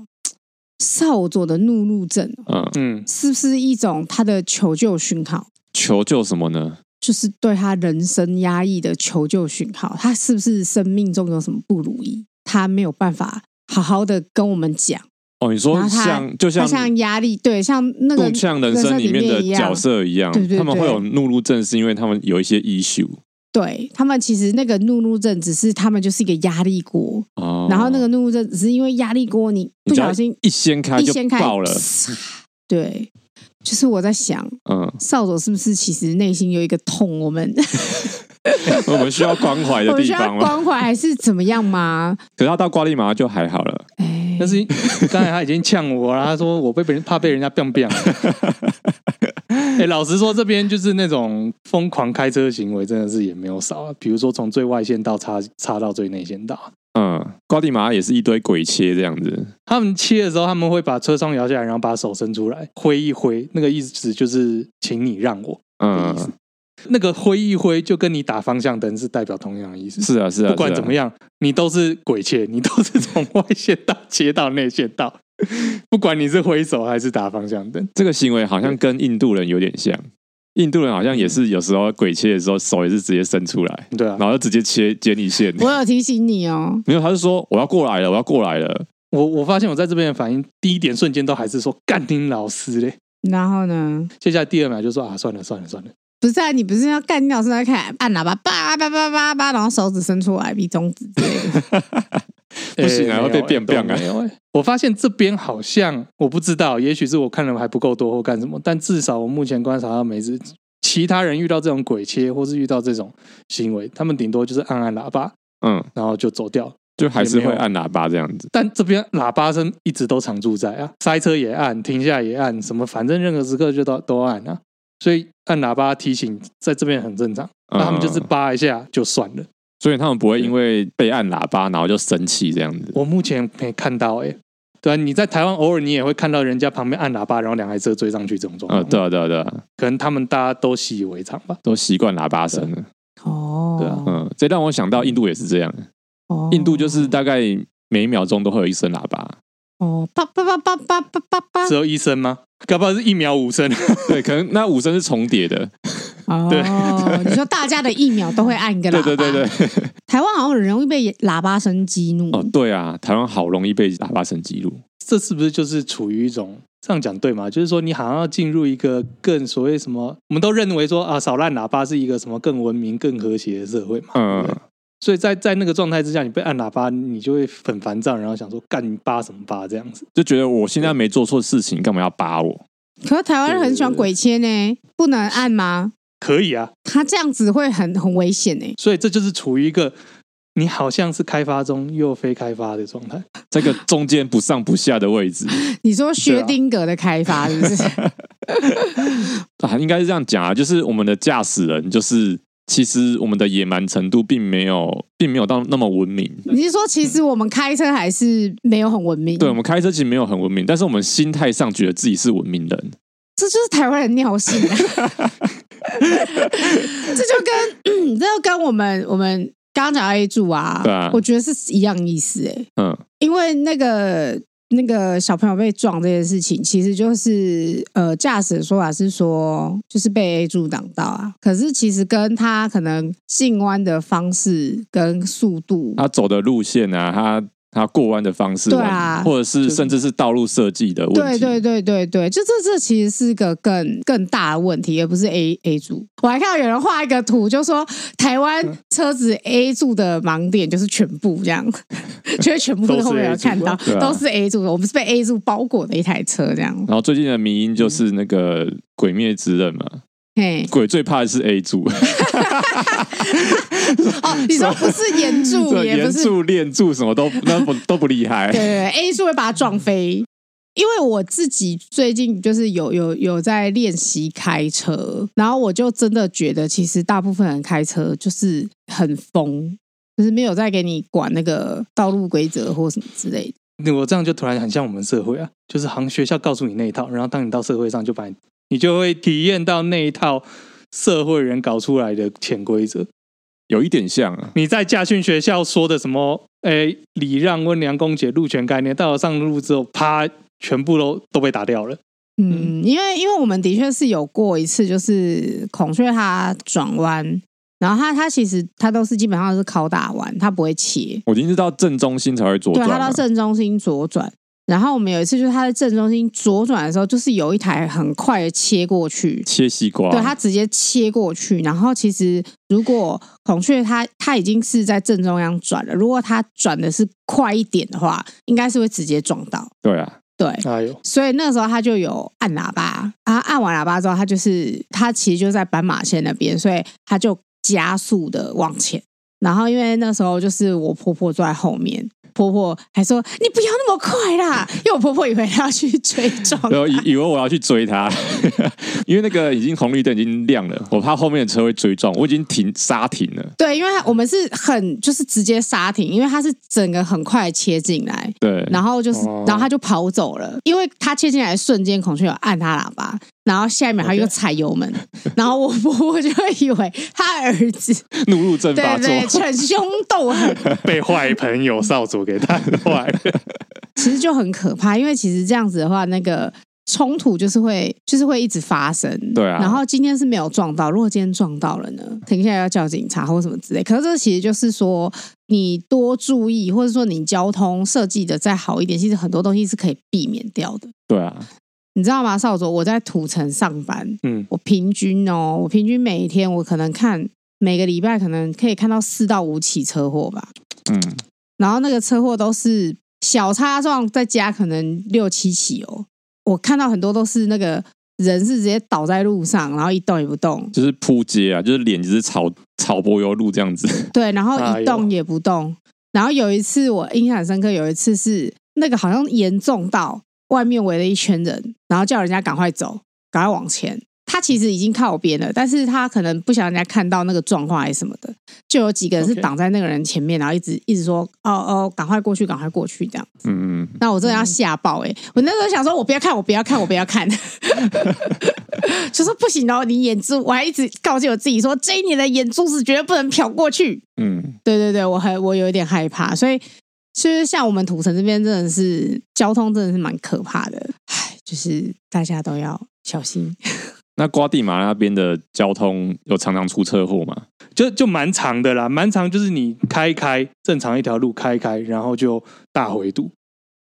S2: 少佐的怒怒症哦
S3: 嗯，
S1: 嗯，
S2: 是不是一种他的求救讯号？
S3: 求救什么呢？
S2: 就是对他人生压抑的求救讯号，他是不是生命中有什么不如意？他没有办法好好的跟我们讲，
S3: 哦，你说
S2: 然后他
S3: 像就
S2: 他
S3: 像
S2: 像压力，对，像那个
S3: 更像人生里面的角色一样，
S2: 对对对
S3: 他们会有怒路症，是因为他们有一些 issue
S2: 对他们其实那个怒怒症，只是他们就是一个压力锅，
S3: 哦。
S2: 然后那个怒怒症只是因为压力锅，你不小心
S3: 一掀开
S2: 一
S3: 就
S2: 掀开
S3: 爆了，
S2: 唰 对，就是我在想，
S3: 嗯，
S2: 少佐是不是其实内心有一个痛，我们
S3: 我们需要关怀
S2: 我
S3: 的
S2: 们
S3: 地
S2: 需要
S3: 方吗？
S2: 关怀还是怎么样 吗？
S3: 可是他到瓜地马拉就还好了，
S2: 哎，
S1: 但是刚才他已经呛我了，他说我被别人怕被人家 biang biang。哎、老实说，这边就是那种疯狂开车行为，真的是也没有少啊。比如说从最外线道插插到最内线道，
S3: 嗯，瓜地马拉也是一堆鬼切这样子，
S1: 他们切的时候，他们会把车窗摇下来，然后把手伸出来挥一挥，那个意思就是请你让我的意思
S3: 嗯，。
S1: 那个挥一挥就跟你打方向灯是代表同样的意思。
S3: 是啊，是啊，
S1: 不管怎么
S3: 样，
S1: 样，你都是鬼切，你都是从外线道切到内线道，不管你是挥手还是打方向灯。
S3: 这个行为好像跟印度人有点像，印度人好像也是有时候鬼切的时候手也是直接伸出来，
S1: 对啊
S3: 然，后就直接切接你线，
S2: 我有提醒你哦，
S3: 没有，他是说我要过来了，我要过来了，
S1: 我我发现我在这边的反应，第一点瞬间都还是说干丁老师嘞，
S2: 然后呢？
S1: 接下来第二秒就说啊算了算了算了，
S2: 不是啊，你不是要干掉，是要看按喇叭，叭叭叭叭叭，然后手指伸出来，比中指之类的。
S3: 不行啊
S1: 哎
S3: 会被变变啊
S1: 没有哎都没有哎我发现这边好像我不知道，也许是我看的还不够多或干什么，但至少我目前观察到每次其他人遇到这种鬼切或是遇到这种行为，他们顶多就是按按喇叭，
S3: 嗯，
S1: 然后就走掉。
S3: 就还是
S1: 也没
S3: 会
S1: 有
S3: 按喇叭这样子，
S1: 但这边喇叭声一直都常驻在啊，塞车也按，停下也按，什么反正任何时刻就都都按啊，所以按喇叭提醒在这边很正常。那他们就是
S3: 嗯
S1: 扒一下就算了。
S3: 所以他们不会因为被按喇叭然后就生气这样子。
S1: 我目前没看到哎、对啊，你在台湾偶尔你也会看到人家旁边按喇叭，然后两台车追上去这种状
S3: 啊、
S1: 况。
S3: 对啊，对啊，对啊，
S1: 可能他们大家都习以为常吧。
S3: 都习惯喇叭声了。
S2: 哦，
S1: 对啊
S3: 嗯，这让我想到印度也是这样，
S2: 哦
S3: 印度就是大概每一秒钟都会有一声喇叭。
S2: 哦，叭叭叭叭叭叭叭叭
S1: 只，有一声吗？搞不好是一秒五声。
S3: 对，可能那五声是重叠的。
S2: 哦，你说大家的一秒都会按一个喇
S3: 对
S2: 叭，
S3: 对对对，，
S2: 台湾好像很容易被喇叭声激怒，
S3: 哦，对啊，台湾好容易被喇叭声激怒。
S1: 这是不是就是处于一种这样讲对吗？就是说，你好像要进入一个更所谓什么，我们都认为说啊，少烂喇叭是一个什么更文明、更和谐的社会嘛。对不
S3: 嗯
S1: 对，所以在在那个状态之下，你被按喇叭，你就会很烦躁，然后想说干你叭什么叭这样子。
S3: 就觉得我现在没做错事情，干嘛要扒我？
S2: 可是台湾人很喜欢鬼切呢，不能按吗？
S1: 可以啊，
S2: 他这样子会很很危险呢。
S1: 所以这就是处于一个你好像是开发中又非开发的状态。
S3: 这个中间不上不下的位置
S2: 你说薛丁格的开发是不是？
S3: 啊，应该是这样讲啊，就是我们的驾驶人，就是其实我们的野蛮程度并没有，并没有到那么文明。
S2: 你是说其实我们开车还是没有很文明？
S3: 对我们开车其实没有很文明，但是我们心态上觉得自己是文明人。
S2: 这就是台湾人尿性、 啊，这就跟嗯这就跟我们我们刚刚讲到 A 柱啊，
S3: 对啊
S2: 我觉得是一样意思哎、
S3: 嗯，
S2: 因为那个那个小朋友被撞这件事情，其实就是呃，驾驶的说法是说就是被 A 柱挡到啊，可是其实跟他可能进弯的方式跟速度，
S3: 他走的路线啊，他他过弯的方式，
S2: 对啊
S3: 或者是甚至是道路设计的问
S2: 对
S3: 题。
S2: 对对对对，就这这其实是个更更大的问题，而不是 A A 柱。我还看到有人画一个图，就说台湾车子 A 柱的盲点就是全部这样， 就是全部
S1: 都
S2: 都
S1: 是
S2: 后面有
S1: A 柱
S2: 看到
S3: 对啊
S2: 都是 A 柱的，我们是被 A 柱包裹的一台车这样。
S3: 然后最近的迷因就是那个《鬼灭之刃》嘛，
S2: 嘿，
S3: 鬼最怕的是 A 柱，
S2: 哦，你说不是岩 柱，也
S3: 岩
S2: 不是
S3: 啊柱、练柱什么都那不都不厉害
S2: 对。对对，A 是会把它撞飞。因为我自己最近就是有有有在练习开车，然后我就真的觉得，其实大部分人开车就是很疯，就是没有在给你管那个道路规则或什么之类的。
S1: 那我这样就突然很像我们社会啊，就是好像学校告诉你那一套，然后当你到社会上就把你，你就会体验到那一套社会人搞出来的潜规则。
S3: 有一点像啊，
S1: 你在驾训学校说的什么，诶，礼让、温良恭俭、路权概念，到了上路之后，啪，全部都都被打掉了。
S2: 嗯，因为因为我们的确是有过一次，就是孔雀它转弯，然后它它其实它都是基本上是靠打弯，它不会切，
S3: 我一定是到正中心才会左
S2: 对，它
S3: 转啊、
S2: 到正中心左转。然后我们有一次就是它在正中心左转的时候，就是有一台很快的切过去，
S3: 切西瓜，
S2: 对，它直接切过去。然后其实如果孔雀它它已经是在正中央转了，如果它转的是快一点的话，应该是会直接撞到。
S3: 对啊，
S2: 对，
S1: 哎 呦，
S2: 所以那时候他就有按喇叭，啊，按完喇叭之后，他就是他其实就在斑马线那边，所以他就加速的往前。然后因为那时候就是我婆婆坐在后面，婆婆还说你不要那么快啦，因为我婆婆以为她要去追撞她，
S3: 然后以以为我要去追他， 因为那个已经红绿灯已经亮了，我怕后面的车会追撞，我已经停刹停了。
S2: 对，因为我们是很就是直接刹停，因为他是整个很快切进来，
S3: 对，
S2: 然后就是，
S1: 哦
S2: 然后他就跑走了，因为他切进来的瞬间，孔雀有按他喇叭，然后下一秒他又踩油门，然后我 婆婆就会以为他儿子
S3: 怒路症发
S2: 对
S3: 作，
S2: 对逞凶斗 狠，
S1: 被坏朋友少主给带坏了。
S2: 其实就很可怕，因为其实这样子的话，那个冲突就是会就是会一直发生，
S3: 对啊
S2: 然后今天是没有撞到，如果今天撞到了呢，停下来要叫警察或什么之类。可是这其实就是说，你多注意，或者说你交通设计的再好一点，其实很多东西是可以避免掉的。
S3: 对啊，
S2: 你知道吗，少佐？我在土城上班，
S1: 嗯，
S2: 我平均哦，我平均每一天我可能看每个礼拜可能可以看到四到五起车祸吧，
S3: 嗯，
S2: 然后那个车祸都是小擦撞，再加可能六七起哦。我看到很多都是那个人是直接倒在路上，然后一动也不动，
S3: 就是扑街啊，就是脸就是草草柏油路这样子，
S2: 对，然后
S1: 哎
S2: 一
S1: 呦
S2: 动也不动。然后有一次我印象很深刻，有一次是那个好像严重到外面围了一圈人，然后叫人家赶快走，赶快往前。他其实已经靠边了，但是他可能不想让人家看到那个状况还是什么的，就有几个人是
S1: OK
S2: 挡在那个人前面，然后一直一直说哦哦，赶快过去，赶快过去这样。
S3: 嗯，
S2: 那我真的要吓爆哎、欸！我那时候想说，我不要看，我不要看，我不 要看，就说不行哦，你眼珠，我还一直告诫我自己说，这一年的眼珠是绝对不能瞟过去。
S3: 嗯，
S2: 对对对，我还我有一点害怕，所以就是像我们土城这边真的是交通真的是蛮可怕的，唉，就是大家都要小 心。
S3: 那瓜地马拉那边的交通有常常出车祸吗？
S1: 就就蛮长的啦，蛮长就是你开一开正常一条路开一开，然后就大回堵。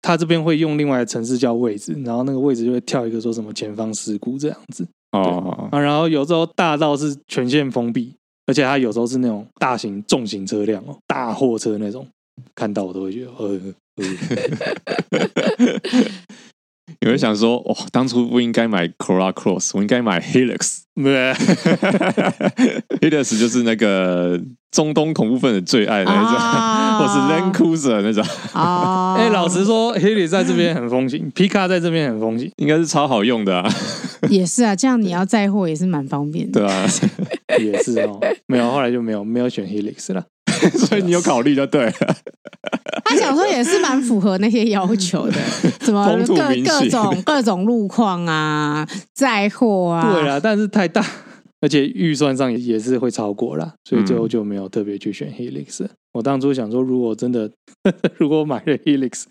S1: 他这边会用另外的城市叫位置，然后那个位置就会跳一个说什么前方事故这样子
S3: 哦，
S1: 啊，然后有时候大道是全线封闭，而且它有时候是那种大型重型车辆哦，大货车那种，看到我都会觉得呃，呃
S3: 有人想说，哦，当初不应该买 Corolla Cross，我应该买 Helix。
S1: 对，
S3: Helix 就是那个中东恐怖分子最爱的那种，
S2: 啊
S3: 或是 Land Cruiser 那种，
S2: 啊！
S1: 哎、老实说 h e l i 在这边很风行，皮卡在这边很风行，
S3: 应该是超好用的、啊，
S2: 也是啊，这样你要载货也是蛮方便的。
S3: 对啊，
S1: 也是哦，没有后来就没有没有选 Helix 了。
S3: 所以你有考虑就对了。
S2: 他想说也是蛮符合那些要求 的，什么
S3: 风土
S2: 各
S3: 民
S2: 各
S3: 情
S2: 种各种路况啊，载货啊，
S1: 对啦，但是太大， 而且预算上也也是会超过啦，所以最后
S3: 嗯
S1: 就没有特别去选 Helix。我当初想说，如果真的 如果买了 Helix，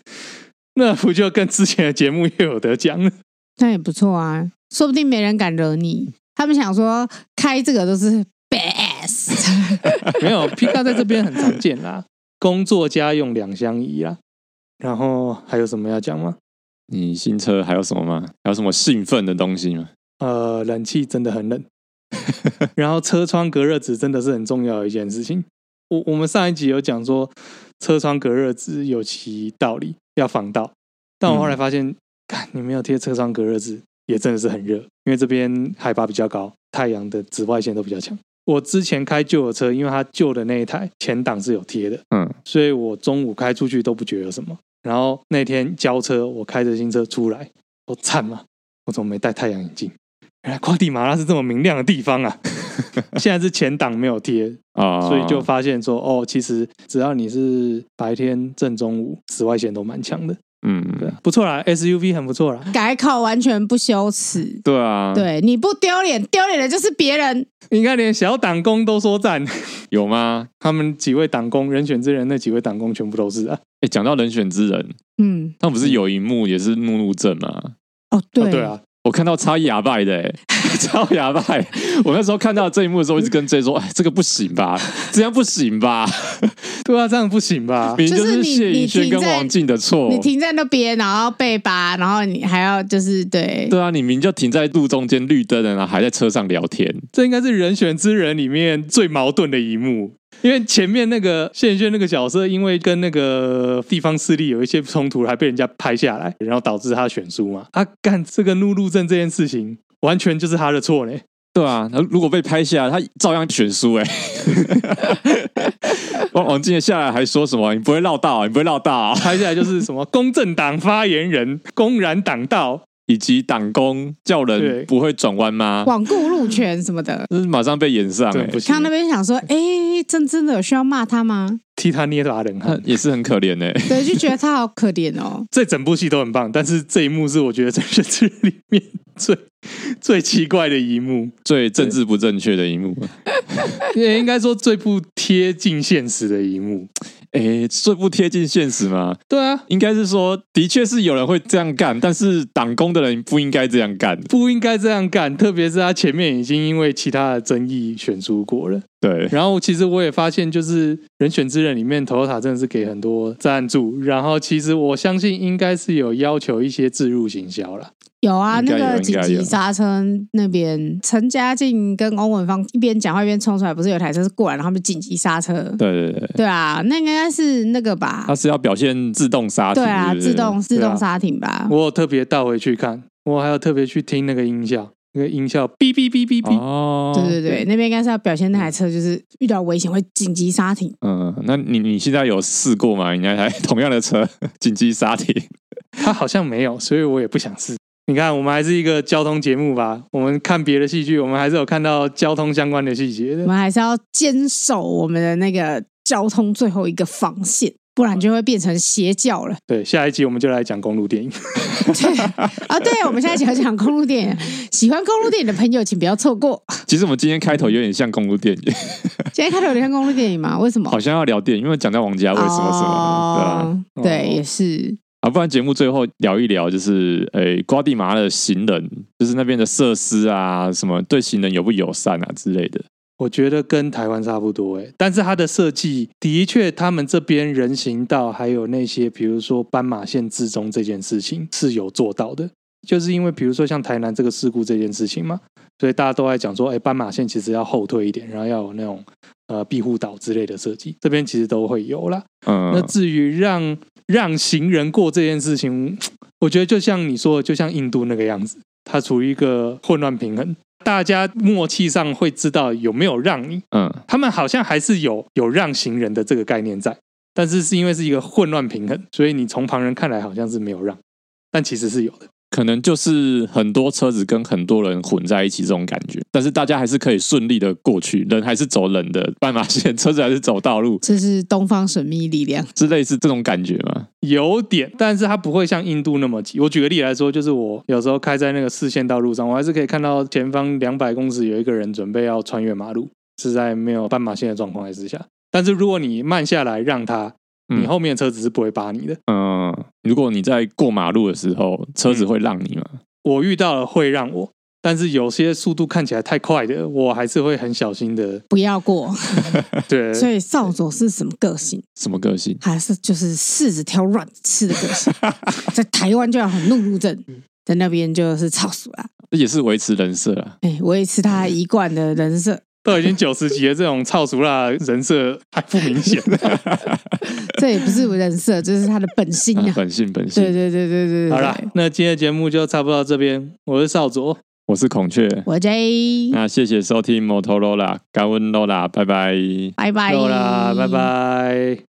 S1: 那不就跟之前的节目又有得讲了？
S2: 那也不错啊，说不定没人敢惹你。他们想说开这个都是 best，
S1: 没有，Pika 在这边很常见啦，工作家用两相宜啦。然后还有什么要讲吗？
S3: 你新车还有什么吗？还有什么兴奋的东西吗？
S1: 呃，冷气真的很冷，然后车窗隔热纸真的是很重要的一件事情。我我们上一集有讲说，车窗隔热纸有其道理，要防盗。但我后来发现，看、你没有贴车窗隔热纸，也真的是很热，因为这边海拔比较高，太阳的紫外线都比较强。我之前开旧的车，因为它旧的那一台前挡是有贴的，
S3: 嗯，
S1: 所以我中午开出去都不觉得有什么。然后那天交车，我开着新车出来，我惨嘛，我怎么没戴太阳眼镜？原来哎瓜地马拉是这么明亮的地方啊！现在是前挡没有贴，
S3: 啊、
S1: 所以就发现说，哦，其实只要你是白天正中午，紫外线都蛮强的。对
S3: 嗯，
S1: 啊，不错啦，SUV 很不错啦。
S2: 改口完全不羞耻。
S3: 对啊，
S2: 对，你不丢脸，丢脸的就是别人。
S1: 你看，连小党工都说赞，
S3: 有吗？
S1: 他们几位党工人选之人，那几位党工全部都是啊。
S3: 哎，讲到人选之人，
S2: 嗯，
S3: 他们不是有一幕也是怒怒症吗？
S2: 哦，对，
S1: 啊 对，啊，
S3: 我看到超哑巴的、欸， 超哑巴欸！我那时候看到这一幕的时候，一直跟 J 说：“哎，这个不行吧，这样不 行吧，
S1: 对啊，这样不行吧？
S3: 明明
S2: 就是
S3: 是
S2: 你
S3: 谢
S2: 你
S3: 颖轩
S2: 停
S3: 跟
S2: 在
S3: 王静的错。
S2: 你停在那边，然后被扒，然后你还要就是对”
S3: 对啊，你明就停在路中间绿灯了，然后还在车上聊天。
S1: 这应该是《人选之人》里面最矛盾的一幕，因为前面那个谢贤轩那个角色，因为跟那个地方势力有一些冲突，还被人家拍下来，然后导致他选输嘛。啊，干这个怒路症这件事情，完全就是他的错嘞。
S3: 对啊，他如果被拍下来，他照样选输哎、 欸。王王静下来还说什么？你不会绕道啊，你不会绕道啊、
S1: 拍下来就是什么公正党发言人公然挡道，
S3: 以及党工叫
S1: 对
S3: 人不会转弯吗？
S2: 罔顾路权什么 的。
S3: 这是马上被演上哎、
S1: 真不
S3: 欸，
S1: 行
S2: 看，那边想 说，哎，真真的有需要骂他吗？
S1: 替他捏把冷汗
S3: 他。也是很可怜哎、
S2: 对，就觉得他好可怜哦。
S1: 这整部戏都很棒，但是这一幕是我觉得《人选之人》里面最 最奇怪的一幕。
S3: 最政治不正确的一幕。
S1: 也应该说最不贴近现实的一幕。
S3: 诶，欸最不贴近现实吗？
S1: 对啊，
S3: 应该是说，的确是有人会这样干，但是党工的人不应该这样干。
S1: 不应该这样干，特别是他前面已经因为其他的争议选出国了。
S3: 对，
S1: 然后其实我也发现，就是《人选之人》里面，Toyota 真的是给很多赞助。然后其实我相信应该是有要求一些置入行销啦。
S2: 有啊，
S3: 应
S2: 那
S3: 该有
S2: 个
S3: 应
S2: 紧
S3: 该
S2: 急
S3: 有
S2: 刹车那边，陈嘉静跟欧文芳一边讲话一边冲出来，不是有台车是过来，然后他们紧急刹车。
S3: 对对对，
S2: 对啊，那应该是那个吧
S3: 他？是要表现自动刹停，
S2: 对啊，
S3: 是不是
S2: 自动自
S1: 对啊
S2: 动刹停吧。
S1: 我有特别倒回去看，我还有特别去听那个音效，那个音效哔哔哔哔哔，
S3: 哦，
S2: 对对对，那边应该是要表现那台车就是遇到危险会紧急刹停。
S3: 嗯，那你你现在有试过吗？你那台同样的车紧急刹停，
S1: 他好像没有，所以我也不想试。你看，我们还是一个交通节目吧。我们看别的戏剧，我们还是有看到交通相关的细节的
S3: 嗯
S2: 我。们还是要坚守我们的那个交通最后一个防线，不然就会变成邪教了。
S1: 对，下一集我们就来讲公路电影。
S2: 对啊，对，我们现在讲讲公路电影，喜欢公路电影的朋友请不要错 过。
S3: 其实我们今天开头有点像公路电影，
S2: 现在开头有看公路电影吗？为什么？
S3: 好像要聊电影，因为讲到王家卫什么什么的，对啊。
S2: 哦
S1: 对吧
S2: 对，
S1: 哦
S2: 也是。
S3: 啊，不然节目最后聊一聊，就是诶，瓜地马拉的行人，就是那边的设施啊，什么对行人友不友善啊之类的。
S1: 我觉得跟台湾差不多诶，但是它的设计的确，他们这边人行道还有那些，比如说斑马线之中这件事情是有做到的。就是因为比如说像台南这个事故这件事情嘛，所以大家都在讲说，哎，斑马线其实要后退一点，然后要有那种呃庇护岛之类的设计，这边其实都会有啦。那
S3: 嗯，
S1: 至于让让行人过这件事情，我觉得就像你说的，就像印度那个样子，它处于一个混乱平衡，大家默契上会知道有没有让你。
S3: 嗯，
S1: 他们好像还是有有让行人的这个概念在，但是是因为是一个混乱平衡，所以你从旁人看来好像是没有让，但其实是有的。
S3: 可能就是很多车子跟很多人混在一起这种感觉，但是大家还是可以顺利的过去，人还是走人的，斑马线车子还是走道路，
S2: 这是东方神秘力量，
S3: 之类似这种感觉嘛。
S1: 有点，但是它不会像印度那么急。我举个例来说，就是我有时候开在那个四线道路上，我还是可以看到前方两百公尺有一个人准备要穿越马路，是在没有斑马线的状况之下。但是如果你慢下来让他，
S3: 嗯
S1: 你后面的车子是不会扒你的。
S3: 嗯，如果你在过马路的时候，车
S2: 嗯
S3: 子会让你嘛？
S1: 我遇到了会让我，但是有些速度看起来太快的，我还是会很小心 的。
S2: 不要过。
S1: 对，
S2: 所以少佐是什么个性？
S3: 什么个性？
S2: 还是就是柿子挑软吃的个性， 在台湾就要很怒路症，在那边就是操死啦。
S3: 这也是维持人设啊。
S2: 哎、我也是他一贯的人设，
S1: 都已经九十级了，这种操俗辣人设还不明显。
S2: 这也不是我人设，这是他的本性
S3: 啊
S2: 啊。
S3: 本性本性。
S2: 对对对对 对对。
S1: 好啦，那今天的节目就差不多到这边。我是少佐，
S3: 我是孔雀。
S2: 我 J，
S3: 那谢谢收听 Motorola，感恩 Lola，拜拜。
S2: 拜拜。
S1: 够啦，拜拜。